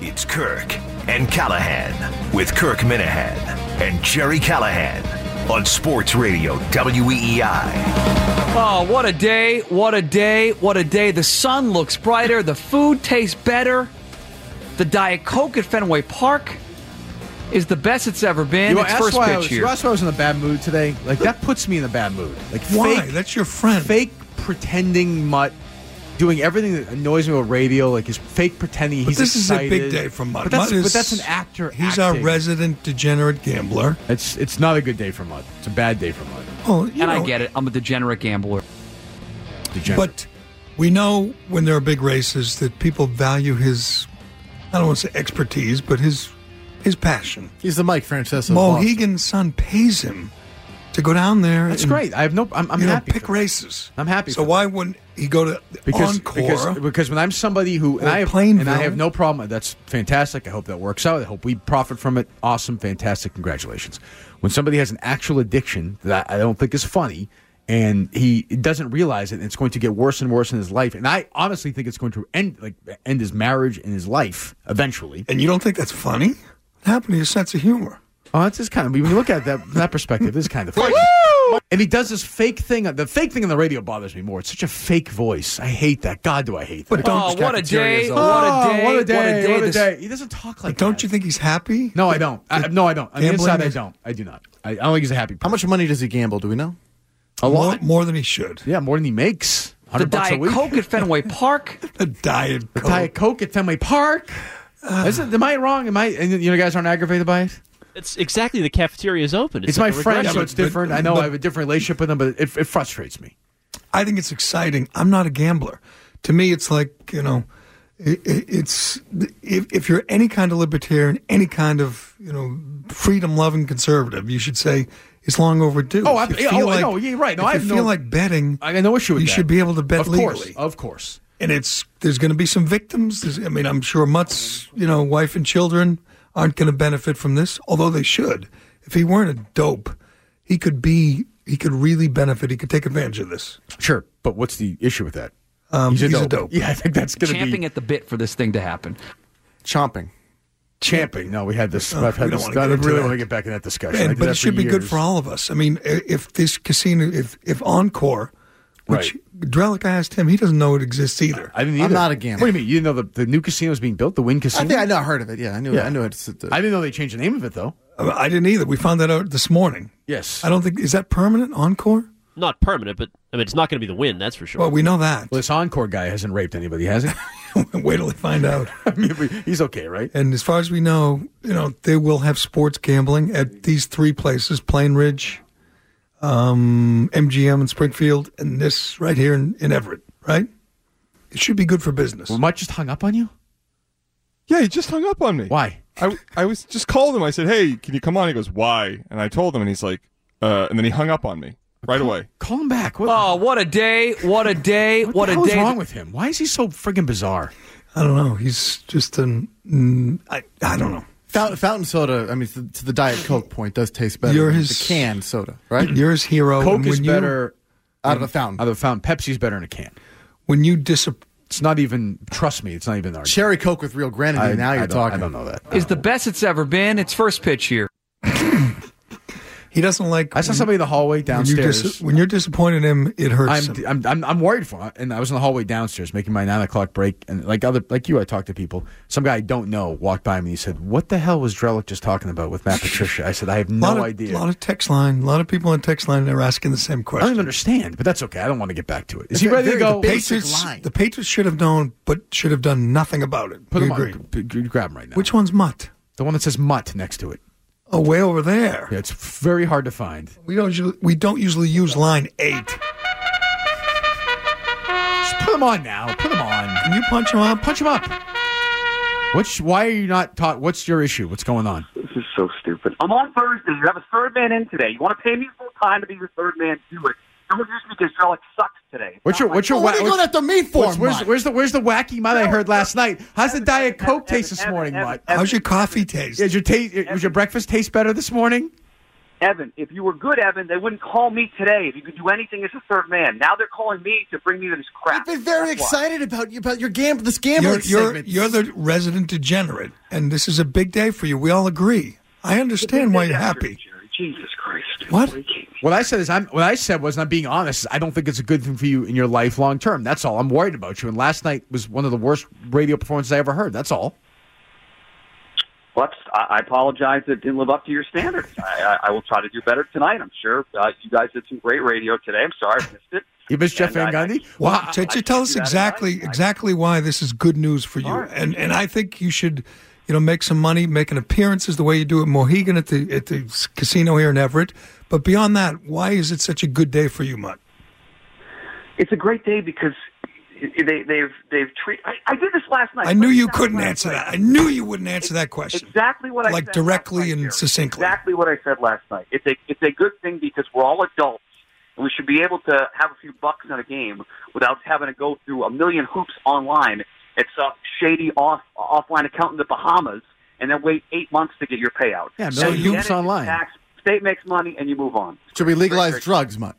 It's Kirk and Callahan with Kirk Minahan and Jerry Callahan on Sports Radio E WEEI. Oh, what a day! What a day! What a day! The sun looks brighter. The food tastes better. The Diet Coke at Fenway Park is the best it's ever been. You it's asked first why I pitch was, here. You asked why I was in a bad mood today. Like that puts me in a bad mood. Like Why? fake, That's your friend. fake pretending mutt, doing everything that annoys me with radio. Like his fake pretending. But he's this excited. is a big day for Mutt. But that's, Mutt is- but that's an actor. He's acting. our resident degenerate gambler. It's it's not a good day for mutt. It's a bad day for mutt. Oh, you and I know, get it. I'm a degenerate gambler. Degenerate. But we know when there are big races that people value his, I don't want to say expertise, but his his passion. He's the Mike Francesa. Mohegan's son pays him to go down there. that's and, great. I have no. I'm, I'm you know, happy. pick for him. races. I'm happy So for why wouldn't he go to because Encore? because because when I'm somebody who and Or I have Plainville. and I have no problem. That's fantastic. I hope that works out. I hope we profit from it. Awesome, fantastic. Congratulations. When somebody has an actual addiction that I I don't think is funny. And he doesn't realize it, and it's going to get worse and worse in his life. And I honestly think it's going to end, like, end his marriage and his life eventually. and you don't think that's funny? What happened to your sense of humor? Oh, that's just kind of when you look at it that from that perspective, this is kind of funny. And he does this fake thing. The fake thing on the radio bothers me more. It's such a fake voice. I hate that. God, do I hate that? But don't Oh, what a day! cafeterias What all- a day! Oh, what a day! What a This- day! He doesn't talk like But don't that. you think he's happy? No, I don't. I, no, I don't. On the Gambling inside, I is- don't. I do not. I, I don't think he's a happy. How Person. much money does he gamble? Do we know? A More, more than he should. Yeah, more than he makes. The Hundred bucks a Diet week. Coke at Fenway Park. The diet coke. Diet Coke at Fenway Park. Is it, am I wrong? Am I? And you know, guys aren't aggravated by it. It's exactly the cafeteria is open. It's, like my a friend, regression. so it's but- different. I know but- I have a different relationship with him, but it, it frustrates me. I think it's exciting. I'm not a gambler. To me, it's like you know, it, it, it's if, if you're any kind of libertarian, any kind of you know freedom loving conservative, you should say it's long overdue. Oh, If I- you yeah, feel oh, no, yeah, right. No, if I you have feel no- like betting. I got no issue with you that. should be able to bet of legally, course, of course. and it's there's going to be some victims. There's, I mean, I'm sure Mutt's you know wife and children aren't going to benefit from this, although they should. If he weren't a dope, he could be. He could really benefit. He could take advantage of this. Sure, but what's the issue with that? Um, he's a dope. Yeah, I think that's going to Champing be at the bit for this thing to happen. Chomping. champing. No, we had this. Oh, I've had we don't this. wanna get I into really that. want to get back in that discussion. I And, did but that it should for be good years. for all of us. I mean, i- if this casino, if if Encore, which Drellick I asked him, he doesn't know it exists either. I didn't I'm either. not a gambler. What do you mean? You didn't know the, the new casino was being built, the Wynn Casino? I think I know. I heard of it. Yeah, I knew. Yeah. I knew it's at the- I didn't know they changed the name of it, though. I, I didn't either. We found that out this morning. Yes. I don't think is that permanent Encore. not permanent, but I mean, it's not going to be the win. That's for sure. Well, we know that. Well, this Encore guy hasn't raped anybody, has he? Wait till they find out. I mean, we- he's okay, right? And as far as we know, you know they will have sports gambling at these three places: Plain Ridge, um, MGM in Springfield, and this right here in, in Everett. Right? It should be good for business. Well, Mutt just hung up on you? Yeah, he just hung up on me. Why? I, I was just called him. I said, "Hey, can you come on?" He goes, "Why?" And I told him, and he's like, uh, and then he hung up on me right away. Call him back. What, Oh, what a day! What a day! What, what the a hell is day! wrong with him? Why is he so friggin' bizarre? I don't know. He's just an. Mm, I, I don't know. Fountain, fountain soda. I mean, to, to the Diet Coke point, does taste better. You're than his- the canned soda, right? You're his hero. Coke and is when you- better Out of a fountain. out of a fountain. Pepsi's better in a can. when you disappoint. It's not even, trust me, it's not even an argument. Cherry Coke with real grenadine. I, now I you're don't- talking. I don't know that. Is the best it's ever been. It's first pitch here. He doesn't like. I saw when- somebody in the hallway when you downstairs. dis- when you're disappointed in him, it hurts. I'm, him. I'm I'm I'm worried for him. And I was in the hallway downstairs making my nine o'clock break, and like other like you, I talked to people. Some guy I don't know walked by me. and He said, "What the hell was Drellick just talking about with Matt Patricia?" I said, "I have a lot no of, idea. lot of text line. A lot of people on text line are asking the I same don't even question. understand." But that's okay. I don't want to get back to it. Is It's he a ready to very go? debate- Basic Patriots. line. The Patriots should have known, but should have done nothing about it. Put We him agree. on. G- g- Grab him right now. Which one's Mutt? the one that says "mutt" next to it? Oh, way over there. Yeah, it's very hard to find. We don't. usually- We don't usually use line eight. Just put him on now. Put him on. Can you punch him up? Punch him up. Which? Why are you not taught? What's your issue? What's going on? This is so stupid. I'm on Thursday. You have a third man in today. You want to pay me full time to be the third man? Do it. Don't just because Drellick sucks today. What's your? What's your? Well, "Oh, what are you what's- going after me for, Where's, where's, Mike? where's the where's the wacky mutt I heard last night? How's the Evan, diet Evan, coke Evan, taste this Evan, morning, Evan, mutt? Evan. How's your coffee taste? Is your taste? Was your breakfast taste better this morning? Evan, if you were good, Evan, they wouldn't call me today if you could do anything as a third man. Now they're calling me to bring me this crap. I've been very That's why. excited about you about your gam- this gambling You're, you're, segment. you're the resident degenerate, and this is a big day for you. We all agree. I understand why you're happy. Jerry, Jesus Christ. What? Are you kidding me? What I said is, I'm. What I said was, and I'm being honest. I don't think it's a good thing for you in your life long term. That's all. I'm worried about you. And last night was one of the worst radio performances I ever heard. That's all. Well, that's- I I apologize that it didn't live up to your standards. I, I, I will try to do better tonight. I'm sure uh, you guys did some great radio today. I'm sorry I missed it. You miss Jeff Van And I- Gundy? Well, I- t- t- I tell can't us do that exactly tonight. I- exactly why this is good news for you, All right. and and I think you should, you know, make some money, make an appearance is the way you do it, Mohegan at the at the s- casino here in Everett. But beyond that, why is it such a good day for you, Mutt? It's a great day because they, they've they've treated. I, I did this last night. I knew What you exactly couldn't what I answer said. that. I knew you wouldn't answer that question. Exactly what I Like said directly last night, and Jerry. succinctly. Exactly what I said last night. It's a it's a good thing because we're all adults and we should be able to have a few bucks on a game without having to go through a million hoops online at some shady off offline account in the Bahamas and then wait eight months to get your payout. Yeah, a Then million you get hoops it, online. Tax, state makes money and you move on. Should we legalize Great, great. drugs, Mutt?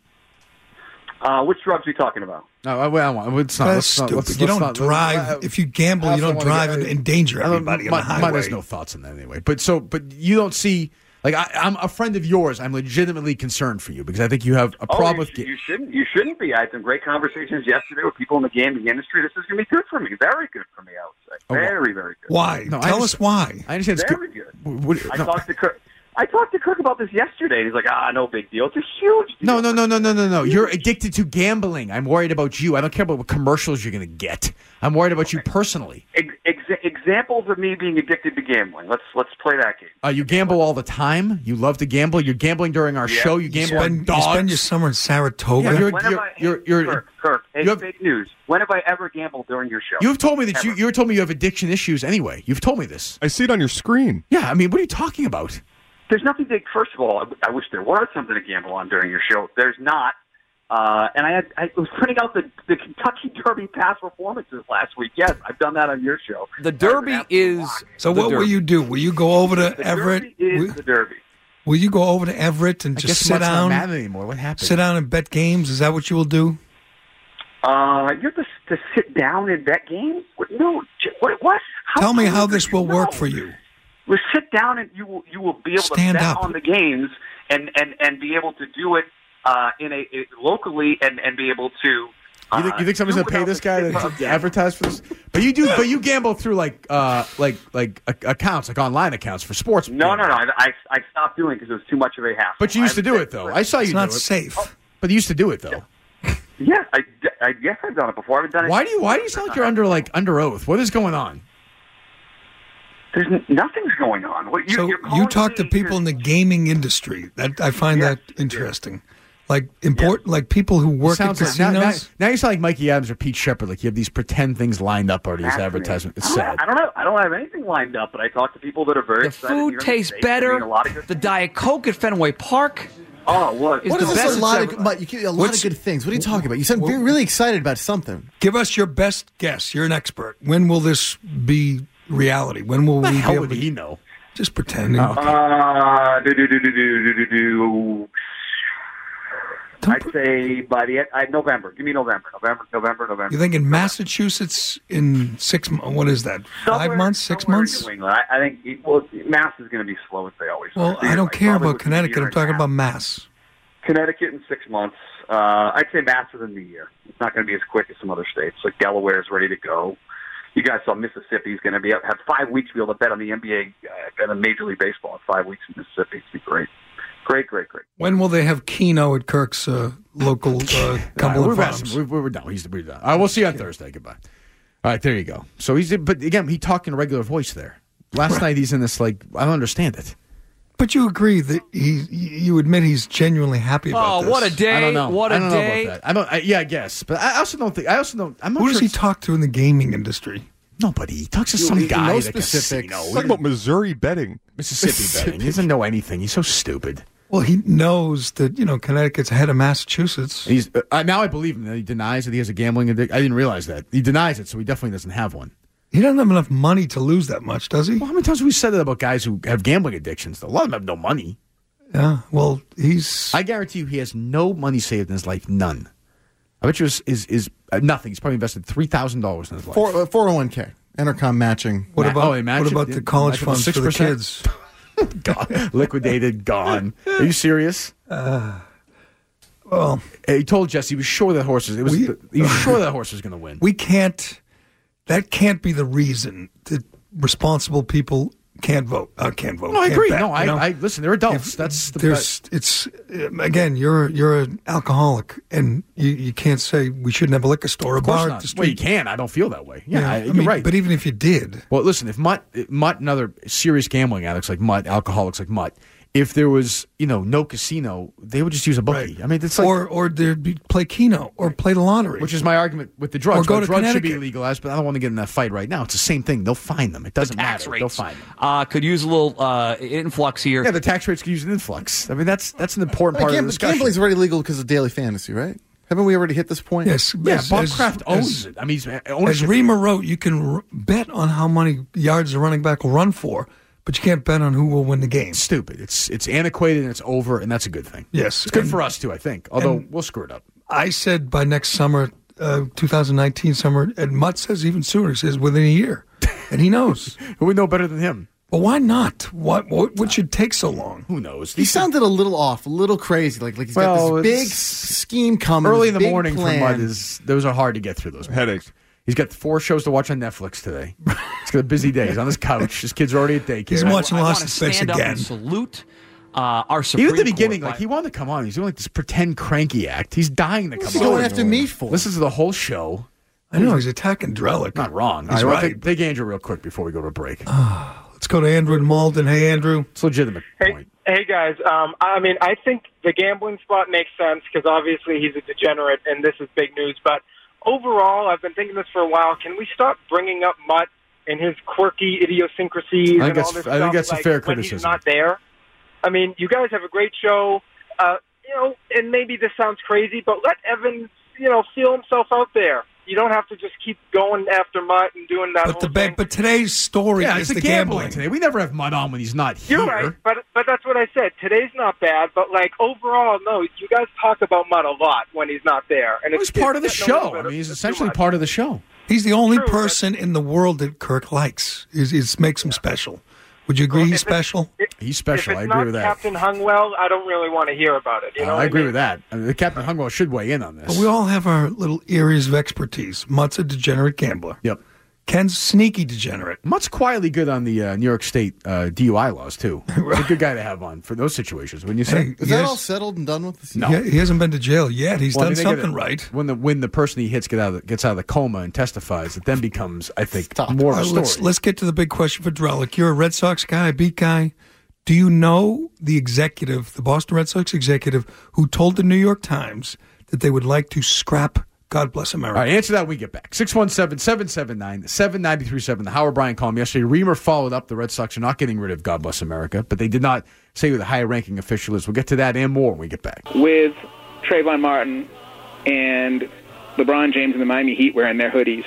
Uh, which drugs are you talking about? No, I, well, I- it's not. let's That's not- stupid. let's- you let's don't not- drive uh, if you gamble. I You also don't wanna drive get- and endanger I don't- everybody my, on the my- highway. there's no thoughts on that anyway. But so, but you don't see. Like I, I'm a friend of yours. I'm legitimately concerned for you because I think you have a problem oh, with. you, ga- you shouldn't. You shouldn't be. I had some great conversations yesterday with people in the gaming industry. This is going to be good for me. Very good for me. I would say. Oh, wow. very, very good. Why? No, I tell us understand- why. I understand. it's Very good. good. What- I no. talked to Kirk. I talked to Kirk about this yesterday, and he's like, "Ah, no big deal. It's a huge No, deal." no, no, no, no, no, no. You're addicted to gambling. I'm worried about you. I don't care about what commercials you're going to get. I'm worried about you personally. Ex- ex- examples of me being addicted to gambling. Let's let's play that game. Uh, you gamble all the time. You love to gamble. You're gambling during our Yeah. show. You You gamble on spend, you dogs. spend your summer in Saratoga. Yeah, you're- When have I, hey, you're- you're- Kirk, Kirk, hey, you have- fake news. When have I ever gambled during your show? You've told me that you Ever. you told me you have addiction issues anyway. You've told me this. I see it on your screen. Yeah, I mean, what are you talking about? There's nothing to. First of all, I, I wish there was something to gamble on during your show. There's not. Uh, and I, had, I was printing out the, the Kentucky Derby past performances last week. Yes, I've done that on your show. The That was an Derby absolute is. rock. so the what will Derby. you do? Will you go over to the Everett? Derby is Will- the Derby. Will you go over to Everett and I just guess sit Mutt's not down, mad anymore. What happened? sit down and bet games? Is that what you will do? Uh, you have to, to sit down and bet games? What- No, j- what? what? Tell me cool how is this it? will work No. for you. Well, sit down and you will you will be able Stand to bet up. on the games and and and be able to do it uh, in a it, locally and and be able to. Uh, You think, you think someone's do gonna pay without this the guy stigma to, of to gambling. advertise for this? But you do. But you gamble through like uh like like a- accounts, like online accounts for sports. No, no, gambling. no. I I, I stopped doing it because it was too much of a hassle. But you used to I- do it though. I saw you It's do not it. safe. Oh, But you used to do it though. Yeah, I, I guess I've done it before. I haven't done it. Why do you Why do you sound like you're under like under oath? What is going on? There's n- nothing's going on. What, you, so you're you calling talk to me people in the gaming industry. That I find Yeah. that interesting. Like important, like people who work at Sounds like- casinos. now, now, now you sound like Mikey Adams or Pete Shepard. Like you have these pretend things lined up already as Fascinating. advertisement. It's I don't- sad. I don't know. I don't have anything lined up, but I talk to people that are very. The excited food here in tastes States. I mean, better. A lot of good The Diet Coke at Fenway Park. Oh, look. Is What the is this? best a it's lot of ever- Mutt, you keep- a lot of What's- good things. What are you talking about? You sound very- really excited about something. Give us your best guess. You're an expert. When will this be reality? When will What we the be hell able would to he know? just pretending? Uh, do, do, do, do, do, do, do, do. I'd say by the end, I, November. Give me November. November, November, November. You think in Massachusetts in six? mo- What is that? Somewhere- Five months? Six somewhere in months? New England. I, I think it- well, Mass is going to be slow as they always Well, are. So I you're don't right. care Probably about within a Connecticut. year I'm talking and a about half. Mass. Connecticut in six months. Uh, I'd say Mass within the year. It's not going to be as quick as some other states. Like Delaware's ready to go. You guys saw Mississippi's going to be up, have five weeks to be able to bet on the NBA, uh, bet on Major League Baseball in five weeks in Mississippi. It's be great. Great, great, great. When will they have Keno at Kirk's uh, local uh, All right, Cumberland we're, Farms? past him. We're, we're done. He's we're done. All right, we'll see you on Thursday. Goodbye. All right, there you go. So he's but again he talked in a regular voice there. Last night he's in this like I don't understand it. But you agree that he, you admit he's genuinely happy about Oh, Uh, this. what a day! I don't know. What a I don't day! know about that. I don't. I, yeah, I guess. But I also don't think. I also don't. I'm not Who sure does he it's- talk to in the gaming industry? Nobody. He talks to You- some you guy know at a specifics. casino. Talk about Missouri betting. Mississippi betting. He doesn't know anything. He's so stupid. Well, he knows that you know Connecticut's ahead of Massachusetts. He's uh, I- now I believe him. that He denies that he has a gambling addiction. I didn't realize that he denies it, so he definitely doesn't have one. He doesn't have enough money to lose that much, does he? Well, how many times have we said that about guys who have gambling addictions? A lot of them have no money. Yeah. Well, he's I guarantee you, he has no money saved in his life, none. I bet you is is, is uh, nothing. He's probably invested three thousand dollars in his life. Four uh, four hundred one k intercom matching. What Ma- about oh, imagine- what about the college imagine funds for the 6%. kids? Gone. liquidated, gone. Are you serious? Well, He told Jesse he was sure that horse was. It was We- he was sure that horse was going to win. we can't. That can't be the reason that responsible people can't vote. Uh, can't vote. no, I can't agree. bet, no, I, you know? I listen. They're adults. That's the there's it's um, again you're you're an alcoholic and you, you can't say we shouldn't have a liquor store or Of course bar at not. the Well, you street. can. I don't feel that way. Yeah, I, I you're mean, right. But even if you did, Well, listen, if Mutt, Mutt and other serious gambling addicts like Mutt, alcoholics like Mutt, if there was, you know, no casino, they would just use a bookie. I mean, it's like, or or there'd be play keno or play the lottery. which is my argument with the drugs. Or go Well, to drugs should be Connecticut. legalized, but I don't want to get in that fight right now. It's the same thing. They'll find them. It doesn't Tax matter. rates They'll find them. Uh, could use a little uh, influx here. Yeah, the tax rates could use an influx. I mean, that's that's an important part of Gam- the discussion. gambling's already legal because of daily fantasy, right? Haven't we already hit this point? yes, yeah, as- Bob as- Kraft owns as, it. I mean, he's uh, As ownership. Rima wrote, you can r- bet on how many yards the running back will run for, but you can't bet on who will win the game. it's stupid. It's it's antiquated and it's over, and that's a good thing. Yes, it's good and- for us too. I think, although we'll screw it up. I said by next summer, uh, 2019 summer, and Mutt says even sooner. He says within a year, and he knows. We know better than him. But why not? What what, what should take so long? Who knows? He sounded a little off, a little crazy. Like like he's Well, got this big it's- s- scheme coming. early in this the big morning plan. for Mud is those are hard to get through. Those Headaches. He's got four shows to watch on Netflix today. He's got a busy day. He's on his couch. His kids are already at daycare. He's watching I Lost wanna in Space stand up again. and salute uh, our Supreme Even at the beginning, Court like by- he wanted to come on. He's doing like this pretend cranky act. He's dying to What's come he on. going after me for? This is the whole show. I know he's attacking Drellick. Not wrong. He's All well, right. Take, take Andrew real quick before we go to a break. Let's go to Andrew and Malden. Hey, Andrew. It's a legitimate Hey, point. hey guys. Um, I mean, I think the gambling spot makes sense because obviously he's a degenerate, and this is big news. But overall, I've been thinking this for a while. Can we stop bringing up Mutt and his quirky idiosyncrasies I think and all that's- this I think stuff? that's a like, fair when He's criticism. not there. I mean, you guys have a great show. Uh, you know, and maybe this sounds crazy, but let Evan, you know, feel himself out there. You don't have to just keep going after Mutt and doing that. But the whole ba- thing. but today's story Yeah, it's is a the gambling gambling. today. We never have Mud on when he's not here. You're right, but but that's what I said. Today's not bad, but like overall, no. You guys talk about Mutt a lot when he's not there, and It was it's part of the it's getting a little show. bit I mean, he's too essentially much. part of the show. He's the only True, but- person in the world that Kirk likes. Is is makes him special. Would you agree Well, he's if it's- special? If- He's special. If I it's agree not with that. Uh, Captain Hungwell, I don't really want to hear about it. You know, I what agree mean? with that. I mean, the Captain Hungwell should weigh in on this. But we all have our little areas of expertise. Mutt's a degenerate gambler. Yep. Ken's sneaky degenerate. Mutt's quietly good on the uh, New York State uh, DUI laws too. He's a good guy to have on for those situations. When you say Hey, Is he that has- all settled and done with? This? No. he, he hasn't been to jail yet. He's Well, I done mean, they get something it- right. when the when the person he hits get out of, the- gets out of the coma and testifies, it then becomes, I think, more of a All right, story. let's let's get to the big question for Drellick. You're a Red Sox guy, beat guy. Do you know the executive, the Boston Red Sox executive, who told the New York Times that they would like to scrap God Bless America? All right, answer that when we get back. 617 779 7937. The Howard Bryan column yesterday. Reamer followed up. The Red Sox are not getting rid of God Bless America, but they did not say who the higher ranking official is. We'll get to that and more when we get back. with Trayvon Martin and LeBron James and the Miami Heat wearing their hoodies.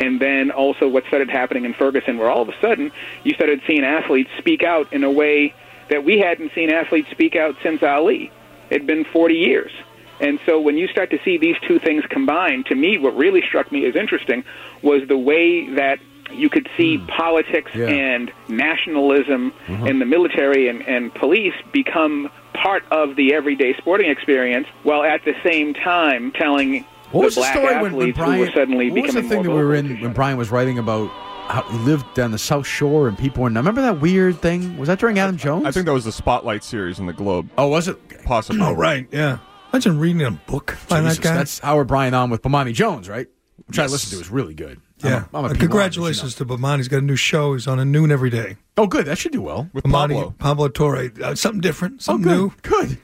And then also what started happening in Ferguson, where all of a sudden you started seeing athletes speak out in a way that we hadn't seen athletes speak out since Ali. It had been 40 years. And so when you start to see these two things combined, to me, what really struck me as interesting was the way that you could see politics Hmm. Yeah. Mm-hmm. and nationalism and the military and, and police become part of the everyday sporting experience, while at the same time telling What the was the black story when, athletes when Brian? who were suddenly what was the becoming thing that more we were vocal. in when Brian was writing about how he lived down the South Shore and people were? Now, remember that weird thing? Was that during Adam Jones? I think that was the Spotlight series in the Globe. Oh, was it? Possibly. Oh, right, yeah. Imagine reading a book by Jesus, that guy. That's Howard Bryan on with Bomani Jones, right? Which I Yes. listened to is really good. I'm yeah. a- I'm a Uh, P1, as you congratulations know. to Bamani. He's got a new show. He's on a noon every day. Oh, good. That should do well. With Bomani- Pablo. Pablo Torre. Uh, something different. Oh, Something good. new. Good.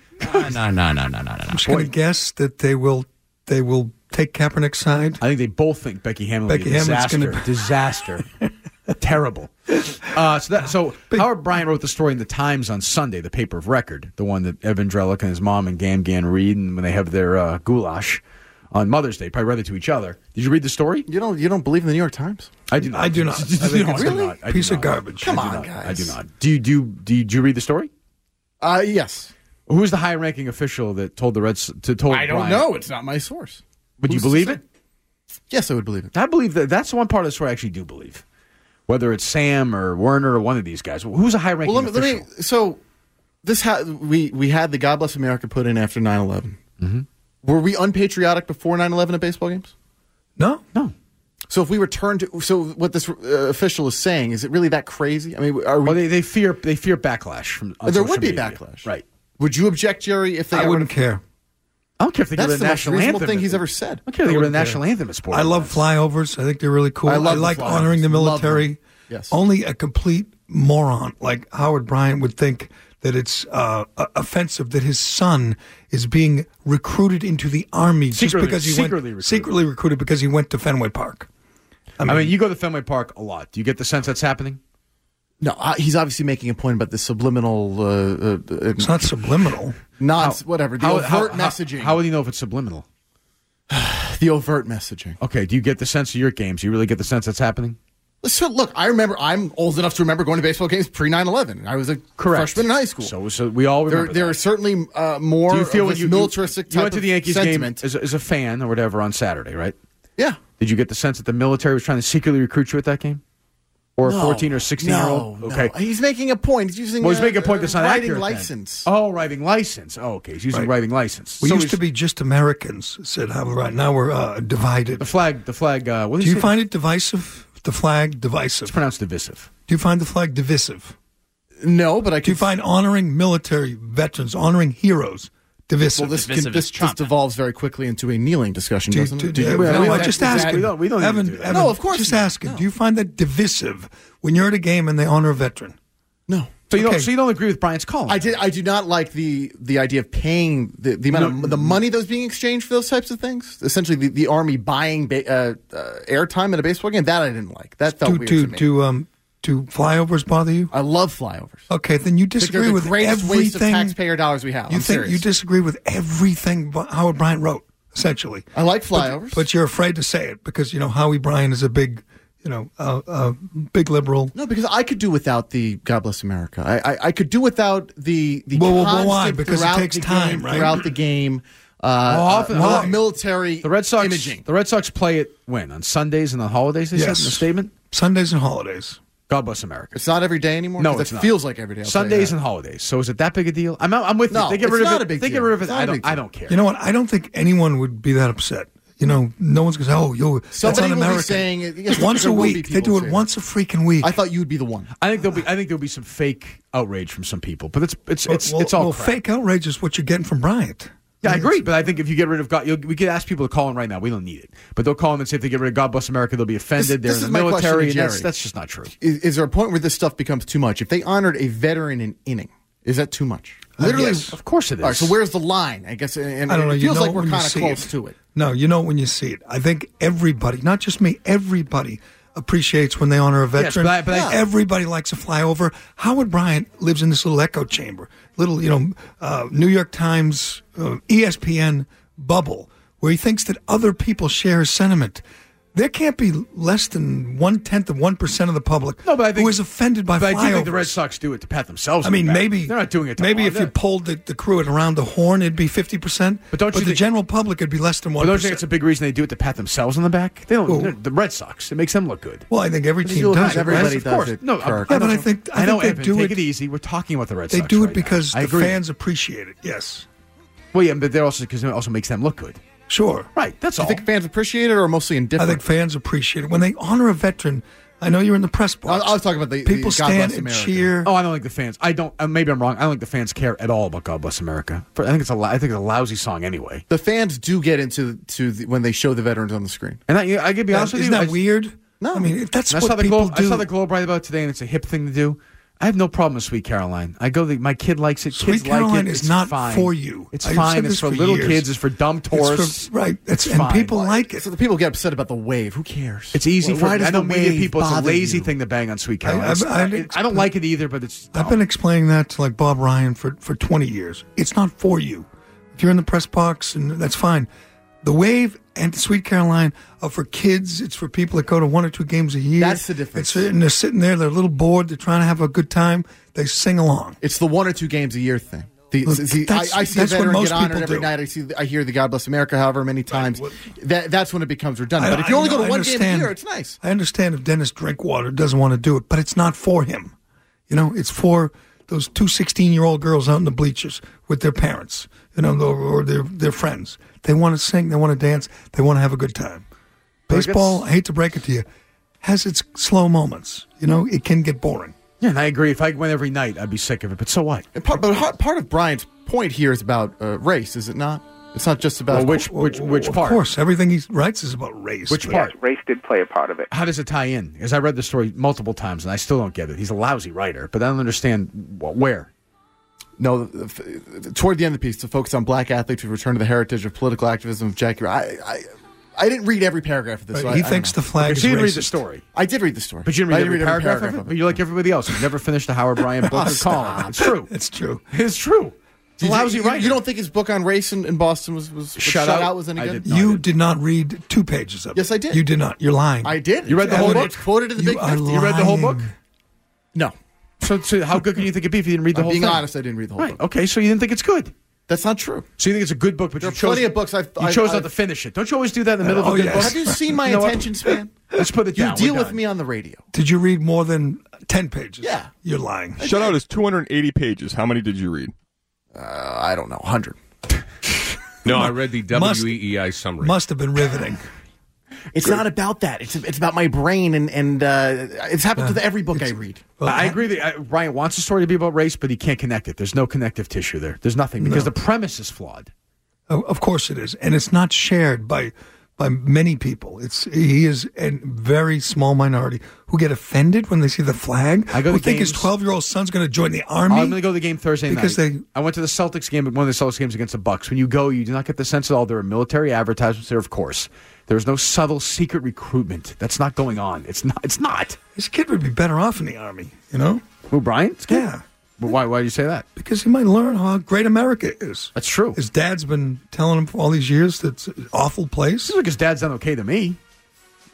No, no, no, no, no, no. I'm just going to guess that they will they will take Kaepernick's side. I think they both think Becky Hamlin will be Becky a Hamlin's disaster. gonna- disaster. Terrible. Uh, so that so Big- Howard Bryan wrote the story in the Times on Sunday, the paper of record, the one that Evan Drellick and his mom and Gam Gan read, and when they have their uh, goulash on Mother's Day, probably read it to each other. Did you read the story? You don't. You don't believe in the New York Times? I do not. I do not. I You think know, it's I do a not. I do piece of not. garbage. I do Come on, not. I do guys. not. Do you do? you- Do you, do you read the story? Uh, yes. Who's the high-ranking official that told the Reds to told? I don't Bryant- know. It's not my source. Would you Who's to believe say? it? Yes, I would believe it. I believe that. That's the one part of the story I actually do believe. Whether it's Sam or Werner or one of these guys, who's a high-ranking Well, let me, official? let me. So this ha- we we had the God Bless America put in after 9-11. Mm-hmm. Were we unpatriotic before 9-11 at baseball games? No, no. So if we return to so what this uh, official is saying is it really that crazy? I mean, are we? Well, they, they fear they fear backlash from. on there social would be media. backlash, right? Would you object, Jerry? If they I got rid wouldn't of- care. I don't care if they That's go to the the most national reasonable anthem. thing he's ever said. I don't care if they go to I the wouldn't care. national anthem at sporting I love flyovers. I think they're really cool. I I, love the like flyovers. honoring the Love them. military. Yes. Only a complete moron like Howard Bryant would think that it's uh, o- offensive that his son is being recruited into the army Secretly- just because he secretly went recruited. secretly recruited because he went to Fenway Park. I mean, you go to Fenway Park a lot. Do you get the sense that's happening? No, I, he's obviously making a point about the subliminal, uh, uh, uh, It's not subliminal. non whatever the overt messaging. How, would you know if it's subliminal? the overt messaging. Okay, do you get the sense of your games? You really get the sense that's happening? So look, I remember. I'm old enough to remember going to baseball games pre 9/11. I was a freshman in high school. So, so we all there, remember. that. there are certainly uh, more. do you feel of when this you militaristic? You, you type went to of the Yankees sentiment. game as, a- as a fan or whatever on Saturday, right? Yeah. Did you get the sense that the military was trying to secretly recruit you at that game, or a No. fourteen or sixteen year old? No, no. Okay. He's making a point. He's using. Well, he's uh, making a point uh, that's not writing accurate. then. license. Oh, writing license. Oh, okay. He's using Right. writing license. We So used he's- to be just Americans, said Howard Bryant. Now we're uh, divided. the flag. The flag. Uh, what Do did he you say? find it divisive? The flag It's divisive. pronounced divisive. Do you find the flag divisive? No, but I Do can you find honoring military veterans, honoring heroes, divisive? Well, this Divisive can, is this, this Trump. devolves very quickly into a kneeling discussion, Do you, doesn't do- it? Do you- no, Well, no, is I that- just is asking. that- we don't- we don't need to Evan, do that. Evan, No, of course Just not. asking. Do you find that divisive when you're at a game and they honor a veteran? No, So you don't. Okay. So you don't agree with Brian's call? I did. I do not like the the idea of paying the, the amount No. of the money that was being exchanged for those types of things. Essentially, the, the army buying ba- uh, uh, airtime in a baseball game. That I didn't like. That felt Do weird do to me. do um do flyovers bother you? I love flyovers. Okay, then you I think they're disagree the with greatest waste of everything. taxpayer dollars we have. you I'm think serious. you disagree with everything Bo- Howard Bryant wrote, essentially. I like But- flyovers. but, you're afraid to say it because you know Howie Bryant is a big, you know, uh, uh, big liberal. no, because I could do without the God Bless America. I I, I could do without the the Well, well, well, why? constant Because it throughout takes the time, game, right? Throughout the game, uh, often- uh, why? military The Red Sox. imaging. The Red Sox play it when on Sundays and on holidays. They said Yes. in the statement. Sundays and holidays. God bless America. It's not every day anymore. No, 'Cause it's it not. feels like every day. I'll tell you Sundays that. and holidays. So is it that big a deal? I'm, I'm with you. No, They get it's rid of not it. a big they get deal. rid of it. It's not I a don't. big I deal. don't care. You know what? I don't think anyone would be that upset. You know, no one's going to say, "Oh, yo, that's Somebody will be un-American." saying it- yes, once there a will be week, they people do it saying once a freaking week. I thought you'd be the one. I think there'll be. I think there'll be some fake outrage from some people. But it's it's Well, it's well, it's all well, crap. fake outrage is what you're getting from Bryant. Yeah, I agree. But I think if you get rid of God, you'll, we could ask people to call in right now. We don't need it, but they'll call in and say if they get rid of God Bless America, they'll be offended. They're This- this in is the my question to military, and that's, Jerry. that's just not true. Is, is there a point where this stuff becomes too much? If they honored a veteran an inning, is that too much? Literally, Uh, yes. Of course it is. All right. So where's the line? I guess. And, I don't know. It You feels know like we're when you kind of see close it. to it. No, you know when you see it. I think everybody, not just me, everybody appreciates when they honor a veteran. but I- but I- Yeah. everybody likes a flyover. Howard Bryant lives in this little echo chamber, little you know, uh, New York Times, uh, ESPN bubble, where he thinks that other people share his sentiment. There can't be less than one tenth of one percent of the public No, but I think- who is offended by But I do think flyovers. the Red Sox do it to pat themselves. I on mean, the back. maybe they're not doing it. To maybe honor if you them. polled the, the crew at around the horn, it'd be fifty percent. But don't you the think- general public would be less than But one don't you think it's a percent? big reason they do it to pat themselves on the back? They don't. Who? they're- The Red Sox. It makes them look good. Well, I think every But team you'll does. have it, right? everybody Yes, of does course. it, No, Kirk. I, Yeah, but I think- I know. think they Evan, do take it- it easy. We're talking about the Red They Sox. do right it because now. I the agree. fans appreciate it. Yes, Well, yeah, but they're also because it also makes them look good. sure. Right. That's Do all. you think fans appreciate it or are mostly I indifferent? think fans appreciate it when they honor a veteran. I know you're in the press box. I- I was talking about the- the people God stand Bless and America. cheer. Oh, I don't like the fans. I don't. Uh, maybe I'm wrong. I don't think the fans care at all about God Bless America. For- I think it's a. lou- I think it's a lousy song anyway. the fans do get into to the, when they show the veterans on the screen. And I, I could be honest Isn't with you. I that just- weird? No. I mean that's and I what saw the people Globe. do. I saw the Globe right about today, and it's a hip thing to do. I have no problem with Sweet Caroline. I go. The, my kid likes it. Sweet kids like Caroline it. is It's not fine. for you. It's I've fine. said It's this for, for little years. kids. It's for dumb It's for- tourists. right. It's, and fine. people like it. So the people get upset about the wave. Who cares? It's easy Why- for. why does I know the media wave people. It's a bother lazy you? thing to bang on Sweet Caroline. I- I- It's- I- I, I don't like it either, but it's. I've been explaining that to like Bob Ryan for, for 20 years. It's not for you. If you're in the press box, and that's fine. The Wave and Sweet Caroline are for kids. It's for people that go to one or two games a year. That's the difference. It's, and they're sitting there, they're a little bored, they're trying to have a good time. They sing along. It's the one or two games a year thing. The, Look, see, I, that's- I see a that's what veteran most get honored people every do. night. I see, I hear the God Bless America however many times. that, that's when it becomes redundant. I- but if you I only know, go I to one game a understand- year, it's nice. I understand if Dennis Drinkwater doesn't want to do it, but it's not for him. You know, it's for those two 16 year old girls out in the bleachers with their parents, you know, or- or their, their friends. They want to sing, they want to dance, they want to have a good time. Baseball, I hate to break it to you, has its slow moments. You know, it can get boring. Yeah, and I agree. If I went every night, I'd be sick of it. But so what? And part, but har- part of Brian's point here is about uh, race, is it not? It's not just about Well, which- which- which Of part? course, everything he writes is about race. Which part? Yes, race did play a part of it. How does it tie in? Because I read the story multiple times and I still don't get it. He's a lousy writer, but I don't understand wh- where. No, f- toward the end of the piece, to focus on black athletes who return to the heritage of political activism of Jackie. I, I, I didn't read every paragraph of this. so I- I don't know. Because you didn't read the story. I did read the story, But you didn't I read, every, paragraph, of it. But you're like everybody else. You've never finished a Howard Bryan book Oh, or column. stop. It's true. It's true. It's true. Did you- Lousy you, writer. You don't think his book on race in, in Boston was was, was Shut shut, Out? out was any I good? you did not read two pages of it. Yes, I did. You did not. You're lying. I did. You read the And whole when book? It's quoted in the You Big are Fifty. You read the whole book? No. So, so how good can you think it'd be if you didn't read the I'm whole being thing? honest, I didn't read the whole Right. book. Okay, so you didn't think it's good. That's not true. So you think it's a good book, but There you are chose plenty of books I've- you I've- chose not I've- to finish it. Don't you always do that in the middle of Oh, a good yes. book? Have you seen my You know what? attention span? Let's put it You down. deal We're with done. me on the radio. Did you read more than 10 pages? Yeah. You're lying. Shut out is 280 pages. How many did you read? Uh, I don't know. 100. No, I read the Must- E WEEI summary. Must have been riveting. It's not about that. It's it's about my brain, and and uh, it's happened with every book I read. I agree that uh, Ryan wants the story to be about race, but he can't connect it. There's no connective tissue there. There's nothing because the premise is flawed. Oh, Of course it is, and it's not shared by by many people. It's he is a very small minority who get offended when they see the flag. I go to who think his games- twelve year old son's going to join the army. I'm going to go to the game Thursday Because night. they- I went to the Celtics game, one of the Celtics games against the Bucks. When you go, you do not get the sense at all there are military advertisements there. Of course, there is no subtle secret recruitment. That's not going on. It's not. It's not. This kid would be better off in the army, you know, Who Bryant? Yeah. But why? Why do you say that? because he might learn how great America is. That's true. His dad's been telling him for all these years that it's an awful place. Seems like his dad's done okay to me.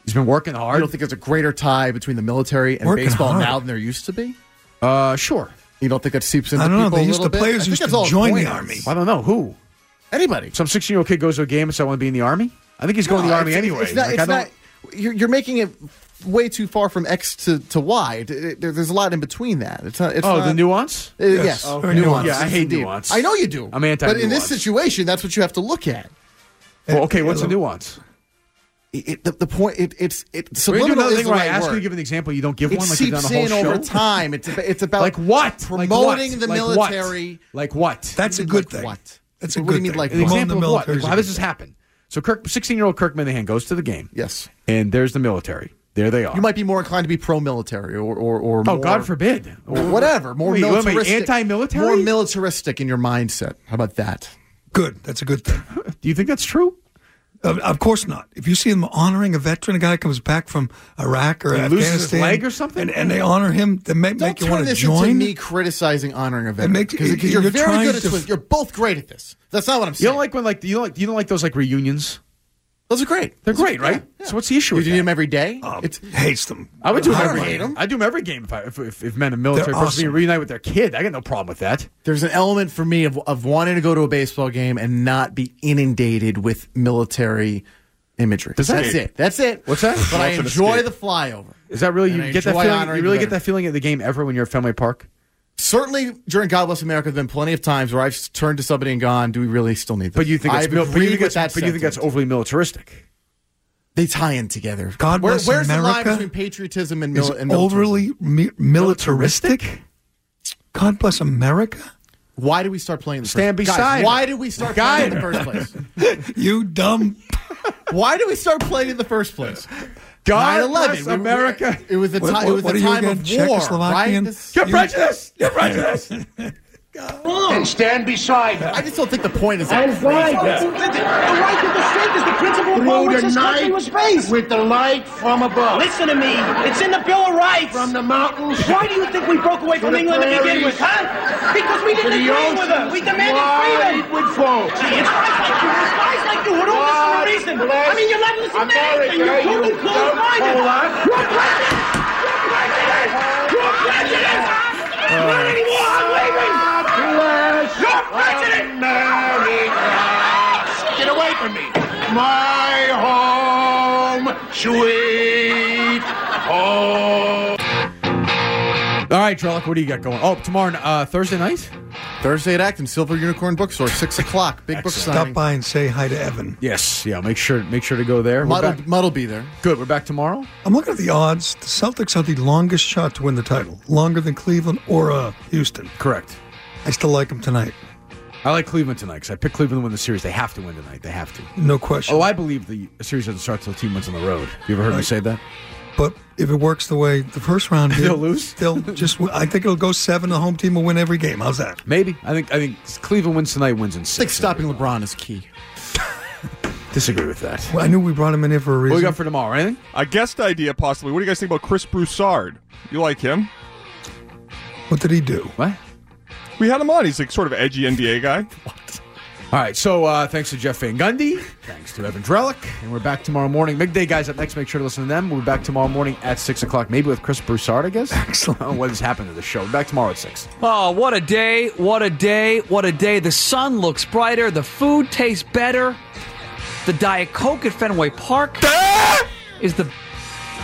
He's been working You hard. don't think there's a greater tie between the military and Working baseball hard. now than there used to be? Uh, sure. You don't think that seeps into I don't know. people They a used to little bit? I players think used that's to all it join the boils. army. I don't know who. Anybody? Some 16 year old kid goes to a game and says, "I want to be in the army." I think he's going to the No, army it's- anyway. It's not, Like, I it's don't- not, you're, you're making it way too far from X to, to Y. There- there's a lot in between that. It's not, it's oh, the not- nuance. Uh, yes, Or nuance. Yeah, I hate Indeed. nuance. I know you do. I'm anti. But in this situation, that's what you have to look at. well, okay, what's the Yeah, nuance? It, it- the, the point, it, it's it, We're gonna do subliminal another is thing the where I right ask you word. to give an example, you don't give it one like you've done a seeps whole in show. over time. It's, ab- it's about Like what? Like what? promoting the Like what? military. Like what? That's a Like good thing. What? That's a What good do you mean, thing. like An Among example the of what? military Like, is a how good does this thing. happen? So, Kirk, 16 year old Kirk Minahan goes to the game, Yes. and there's the military. There they are. You might be more inclined to be pro-military or or, or oh, more- God forbid. or whatever, more Wait, wait, wait, militaristic, anti-military? more militaristic in your mindset. How about that? Good. That's a good thing. Do you think that's true? Of, of course not. If you see them honoring a veteran, a guy comes back from Iraq or And Afghanistan, loses his leg or something? and, and they honor him, they make, Don't make you turn want to this join. into me criticizing honoring a veteran makes- because because you're you're, very trying good at to- twins. You're both great at this. That's not what I'm You saying. don't like when like you don't like you don't like those like reunions. Those are great. They're Those are- great, right? yeah, yeah. So what's the issue? You with do that? them every day. Um, it's hates them. I would do I them don't every hate game. 'em. I do them every game if I, if, if, if men a military They're person awesome. reunite with their kid. I got no problem with that. there's an element for me of of wanting to go to a baseball game and not be inundated with military imagery. Does that- That's it. That's it. What's that? But I That's an enjoy escape. the flyover. Is that really And you I get that enjoy feeling? You honoring really the get that veteran. feeling at the game ever when you're at Fenway Park? Certainly during God Bless America, there have been plenty of times where I've turned to somebody and gone, "Do we really still need this?" But you think I've it's mil- but you agreed think with that's- that but you think that's sentiment. overly militaristic. they tie in together. God bless where's America the line between patriotism and, Is mil- and militarism? overly mi- militaristic. God bless America. Why do we start playing? in The Stand first? beside Guys, why her. did we start Guide playing in the first place? You dumb. Why did we start playing in the first place? God 9/11. bless We- we- America. It was the What- time. It was what the are you time again, of war, right? Czechoslovakian? This- You're prejudiced. You're prejudiced. and stand beside her. I just don't think the point is that. And right. The, right to defend is the principle upon Through which the this country was night based. with the light from above. Listen to me. It's in the Bill of Rights. From the mountains. Why do you think we broke away to from the England to prairies, begin with, huh? Because we to didn't the agree with her. oceans, We demanded wide freedom. would fall. Gee, it's guys like you. It's guys like you who don't God listen to reason. bless I mean, you're not listening to anything. You're America, totally you closed-minded. dumb whore. You're a president. You're a president. You're a president. Not anymore. I'm leaving. You're a president. Get away from me. My home, sweet home. All right, Drellick, what do you got going? Oh, tomorrow, uh, Thursday night? Thursday at Acton, Silver Unicorn Bookstore, 6 o'clock. Big book Stop signing. by and say hi to Evan. Yes, yeah. Make sure, make sure to go there. We're Mutt back- will, Mutt will be there. Good. We're back tomorrow. I'm looking at the odds. The Celtics are the longest shot to win the title, longer than Cleveland or uh, Houston. Correct. I still like them tonight. I like Cleveland tonight because I picked Cleveland to win the series. They have to win tonight. They have to. No question. Oh, I believe the series doesn't start till the team wins on the road. You ever heard me Right. say that? But if it works the way the first round did, They'll lose? They'll just. I think it'll go seven. The home team will win every game. How's that? Maybe. I think. I think Cleveland wins tonight. Wins in I think six. stopping LeBron is key. Disagree with that. Well, I knew we brought him in here for a reason. What we got for tomorrow? Anything? A guest idea, possibly. What do you guys think about Chris Broussard? You like him? What did he do? What? We had him on. He's like sort of edgy NBA guy. All right. So uh, thanks to Jeff Van Gundy. Thanks to Evan Drellick. And we're back tomorrow morning. Midday guys up next. Make sure to listen to them. We're back tomorrow morning at 6 o'clock, maybe with Chris Broussard, I guess. Excellent. what has happened to the show? We're back tomorrow at 6. Oh, what a day, what a day, what a day. The sun looks brighter, the food tastes better. The Diet Coke at Fenway Park is the